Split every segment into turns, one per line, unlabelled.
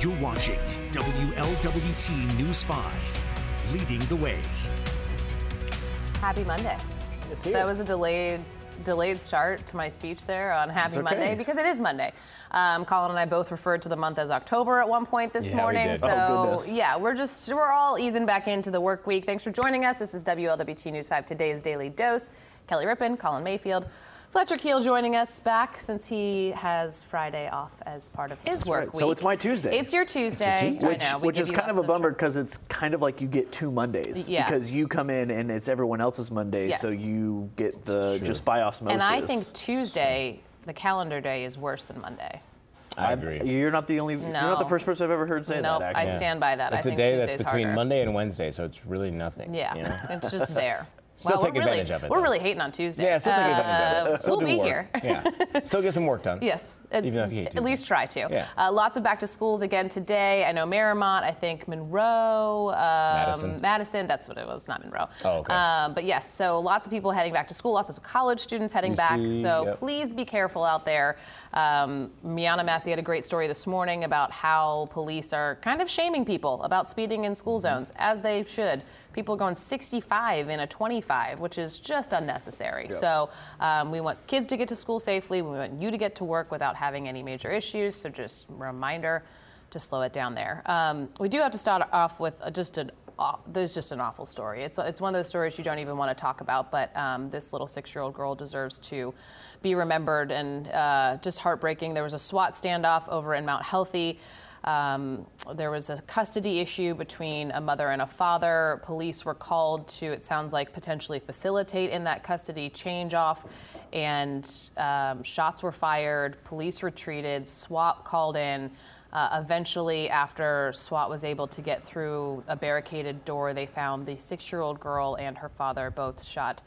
You're watching WLWT News 5, leading the way.
Happy Monday.
It's here.
That was a delayed delayed start to my speech there on Happy
It's okay.
Monday because it is Monday. Um, Colin and I both referred to the month as October at one point this
Yeah, we
morning.
did.
So
Oh,
goodness.
yeah, we're just we're all easing back into the work week. Thanks for joining us. This is WLWT News 5 today's Daily Dose. Kelly Rippon, Colin Mayfield, Fletcher Keel joining us back since he has Friday off as part of his
That's
work
right.
week.
So it's my Tuesday.
It's your Tuesday.
Tuesday.
I
Which,
know, we
which
give
is
you
kind of
lots
a bummer
shit.
because it's kind of like you get two Mondays
Yes.
because you come in and it's everyone else's Monday, so
Yes.
you get the just by osmosis.
And I think Tuesday, the calendar day, is worse than Monday.
I
I've-
agree.
You're not the only. You're not the
No.
first person I've ever heard say
Nope,
that.
I
Actually,
stand by that.
It's
I
a
think
day
Tuesday's
that's between
harder.
Monday and Wednesday, so it's really nothing.
Yeah,
you know?
it's just there.
Still
we're
take
really,
advantage of it,
We're
though.
really hating on Tuesday.
Yeah, still take advantage
Uh,
of it. Still
we'll
do
be
work.
here.
Yeah. Still get some work done.
Yes, it's,
Even if you hate
at
Tuesday.
least try to.
Yeah.
Uh, lots of back to schools again today. I know Marymount, I think Monroe, um,
Madison.
Madison, that's what it was, not Monroe.
Oh, okay.
Um, but yes, so lots of people heading back to school, lots of college students heading back.
UC,
So
yep.
please be careful out there. Um, Miana Massey had a great story this morning about how police are kind of shaming people about speeding in school zones, as they should. People going 65 in a 25, which is just unnecessary. So um, we want kids to get to school safely. We want you to get to work without having any major issues. So just reminder to slow it down there. Um, we do have to start off with uh, just an aw- there's just an awful story. It's, it's one of those stories you don't even want to talk about, but um, this little six-year-old girl deserves to be remembered and uh, just heartbreaking. There was a SWAT standoff over in Mount Healthy. Um, there was a custody issue between a mother and a father. Police were called to, it sounds like, potentially facilitate in that custody change off, and um, shots were fired. Police retreated. SWAT called in. Uh, eventually, after SWAT was able to get through a barricaded door, they found the six year old girl and her father both shot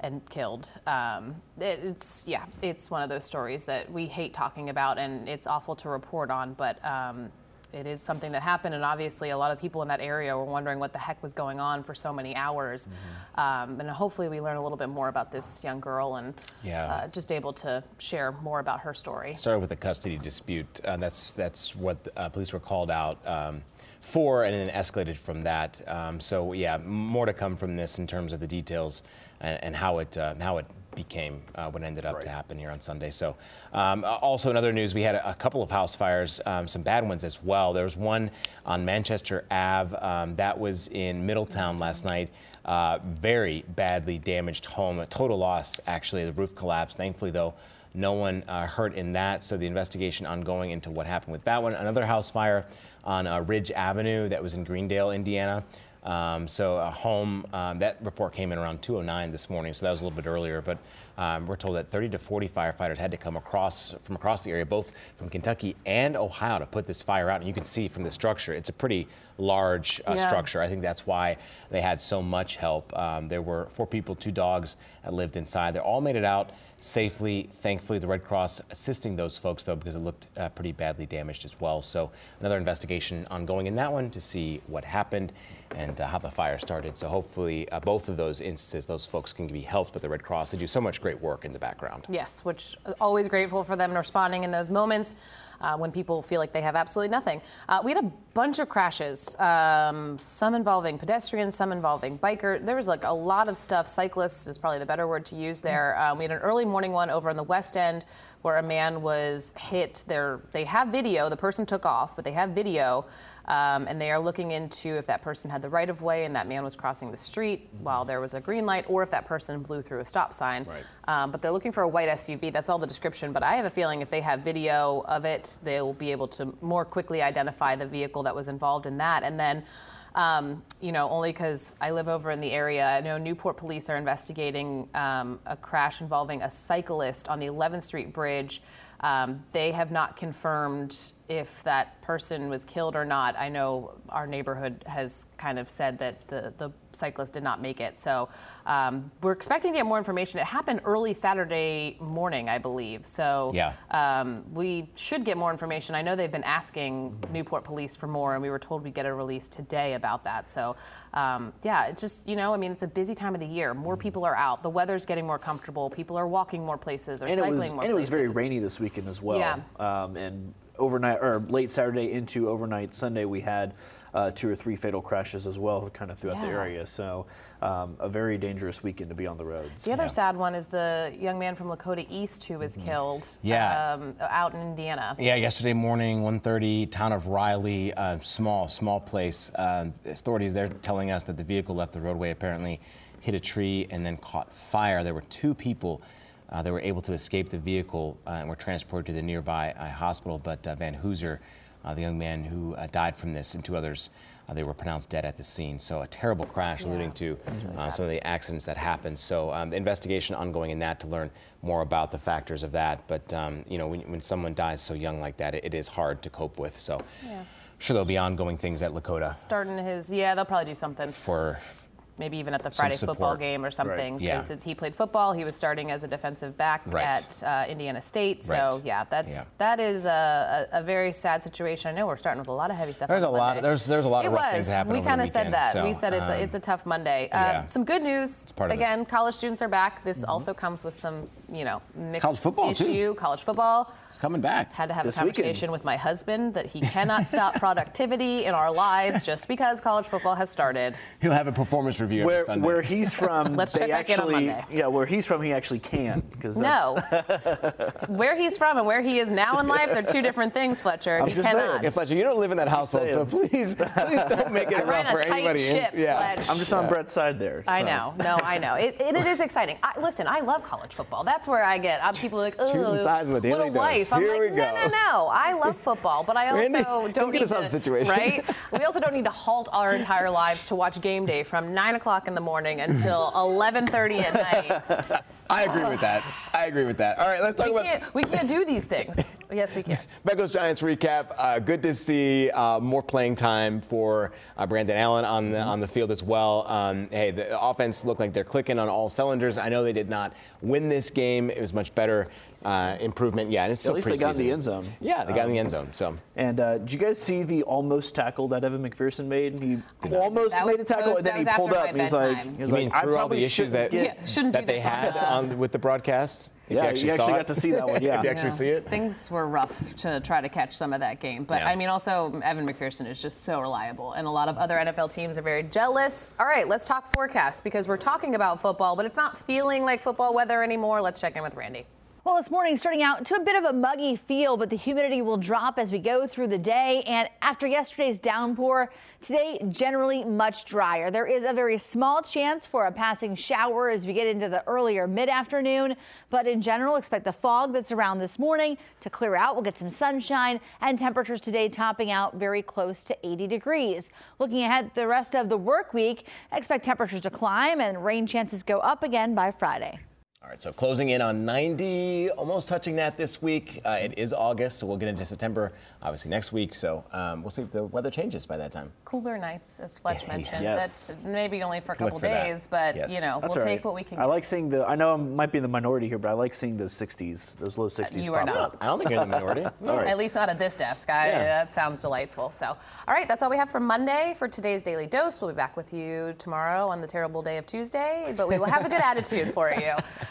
and killed. Um, it- it's, yeah, it's one of those stories that we hate talking about and it's awful to report on, but um, it is something that happened. And obviously, a lot of people in that area were wondering what the heck was going on for so many hours. Um, and hopefully, we learn a little bit more about this young girl and
Yeah.
uh, just able to share more about her story.
Started with a custody dispute. Uh, that's that's what uh, police were called out um, for, and then escalated from that. Um, so yeah, more to come from this in terms of the details and, and how it uh, how it became uh, what ended up to happen here on Sunday. So um, a- also in other news, we had a, a couple of house fires, um, some bad ones as well. There was one on Manchester Ave um, that was in Middletown last night. Uh, very badly damaged home, a total loss actually. The roof collapsed. Thankfully though. No one uh, hurt in that, so the investigation ongoing into what happened with that one. Another house fire on uh, Ridge Avenue that was in Greendale, Indiana. Um, so a home um, that report came in around 2:09 this morning, so that was a little bit earlier. But um, we're told that 30 to 40 firefighters had to come across from across the area, both from Kentucky and Ohio, to put this fire out. And you can see from the structure, it's a pretty large uh,
Yeah.
structure. I think that's why they had so much help. Um, there were four people, two dogs that lived inside. They all made it out safely. Thankfully, the Red Cross assisting those folks, though, because it looked uh, pretty badly damaged as well. So, another investigation ongoing in that one to see what happened and uh, how the fire started. So, hopefully, uh, both of those instances, those folks can be helped by the Red Cross. They do so much great work in the background.
Yes, which uh, always grateful for them responding in those moments uh, when people feel like they have absolutely nothing. Uh, we had a bunch of crashes, um, some involving pedestrians, some involving biker. There was like a lot of stuff. Cyclists is probably the better word to use there. Um, we had an early morning one over in the West End where a man was hit. There, they have video. The person took off, but they have video. Um, and they are looking into if that person had the right of way and that man was crossing the street while there was a green light, or if that person blew through a stop sign.
Right.
Um, but they're looking for a white SUV. That's all the description. But I have a feeling if they have video of it, they will be able to more quickly identify the vehicle that was involved in that. And then, um, you know, only because I live over in the area, I know Newport police are investigating um, a crash involving a cyclist on the 11th Street Bridge. Um, they have not confirmed if that person was killed or not. I know our neighborhood has kind of said that the, the cyclist did not make it. So um, we're expecting to get more information. It happened early Saturday morning, I believe. So
Yeah.
um, we should get more information. I know they've been asking
Mm-hmm.
Newport police for more, and we were told we'd get a release today about that. So, um, yeah, it's just, you know, I mean, it's a busy time of the year.
Mm-hmm.
More people are out. The weather's getting more comfortable. People are walking more places or
and it
cycling
was
more
and it was very
places.
rainy this weekend as well.
Yeah.
Um, and overnight or late Saturday into overnight Sunday, we had uh, two or three fatal crashes as well, kind of throughout the
Yeah.
area. So um, a very dangerous weekend to be on the roads.
The other sad one is the young man from Lakota East who was
Mm-hmm.
killed
Yeah.
um, out in Indiana.
Yeah, yesterday morning, 1.30, town of Riley, uh, small, small place. Uh, authorities there telling us that the vehicle left the roadway, apparently hit a tree and then caught fire. There were two people uh, that were able to escape the vehicle uh, and were transported to the nearby uh, hospital. But uh, Van Hooser, uh, the young man who uh, died from this, and two others, uh, they were pronounced dead at the scene. So a terrible crash, alluding to uh, some of the accidents that happened. So um, the investigation ongoing in that to learn more about the factors of that. But um, you know, when, when someone dies so young like that, it, it is hard to cope with. So I'm sure there'll be ongoing things at Lakota
Starting his, yeah, they'll probably do something.
for
maybe even at the Friday football
support.
game or something.
Yeah.
Because he played football. He was starting as a defensive back
Right.
at uh, Indiana State. So
Right.
yeah, that's
Yeah.
that is a, a, a very sad situation. I know we're starting with a lot of heavy stuff.
There's
on
a lot-
Monday.
there's- there's a lot
it
of
was.
rough things that happened
We
over the
kinda said
weekend,
that.
so,
we said it's a,
um,
it's a tough Monday. Um,
yeah.
Some good news.
part of the- Mm-hmm.
Again, college students are back. This also comes with some you know mixed
College football, too.
issue. College football
it's coming back.
had to have
This
a conversation
weekend.
with my husband that he cannot stop productivity in our lives just because college football has started.
He'll have a performance review
where,
every Sunday.
where he's from,
Let's
they
check back in on
actually,
Monday.
yeah, where he's from, he actually can because
No. where he's from and where he is now in life, they're two different things, Fletcher. he
just
cannot.
Yeah, Fletcher, you don't live in that household, so
saying.
please, please don't make it
I
rough
ran
for
a tight
anybody.
ship,
yeah.
Fletch.
I'm just on Brett's side there.
I
so.
know. No, I know. It, it, it is exciting. I, listen, I love college football. That's where I get. I'm, people are like, oh,
Choosing sides in the
what
Daily
a wife.
Dose.
I'm
Here
like,
we
no,
go."
no, no. I love football, but I also
Randy,
don't
don't get
need
us out of
to-
the situation.
Right? We also don't need to halt our entire lives to watch game day from 9 o'clock in the morning until 11.30 at night.
I agree with that. I agree with that. All right, let's talk
We
about
can't, we can't do these things. Yes, we can.
Becco's Giants recap. Uh, good to see uh, more playing time for uh, Brandon Allen on
Mm-hmm.
the on the field as well. Um, hey, the offense looked like they're clicking on all cylinders. I know they did not win this game. It was much better uh, improvement. Yeah, and it's
At
still
least they got in
preseason.
the end zone.
Yeah, they got in the end zone. So
And uh, did you guys see the almost tackle that Evan McPherson made? He almost
That
made
was-
a tackle,
that was-
and then
that
he
was
pulled
after
up.
my
And he's
bedtime.
like, he was
you mean
like, I
through all
probably
the issues
shouldn't
that
get-
Yeah, shouldn't do
that they
this
had
on
on, with the broadcast? If
Yeah, you actually
saw
got
it.
to see that one, yeah.
if you actually
Yeah.
see it.
Things were rough to try to catch some of that game. But
Yeah.
I mean, also, Evan McPherson is just so reliable, and a lot of other NFL teams are very jealous. All right, let's talk forecast because we're talking about football, but it's not feeling like football weather anymore. Let's check in with Randy.
Well, this morning starting out to a bit of a muggy feel, but the humidity will drop as we go through the day. And after yesterday's downpour, today generally much drier. There is a very small chance for a passing shower as we get into the earlier mid afternoon. But in general, expect the fog that's around this morning to clear out. We'll get some sunshine and temperatures today topping out very close to 80 degrees. Looking ahead the rest of the work week, expect temperatures to climb and rain chances go up again by Friday.
All right, so closing in on 90, almost touching that this week. Uh, it is August, so we'll get into September, obviously next week. So um, we'll see if the weather changes by that time.
Cooler nights, as Fletch mentioned.
Yes.
That's maybe only for a couple
for that.
days, but
Yes.
you know,
That's
we'll
all
take
right.
what we can.
I
get.
like seeing the. I know I might be in the minority here, but I like seeing those 60s, those low 60s.
you are
pop
not.
up.
I don't think you're in the minority. All right.
At least not at this desk. I,
Yeah.
That sounds delightful. So, all right, that's all we have for Monday for today's Daily Dose. We'll be back with you tomorrow on the terrible day of Tuesday, but we will have a good attitude for you,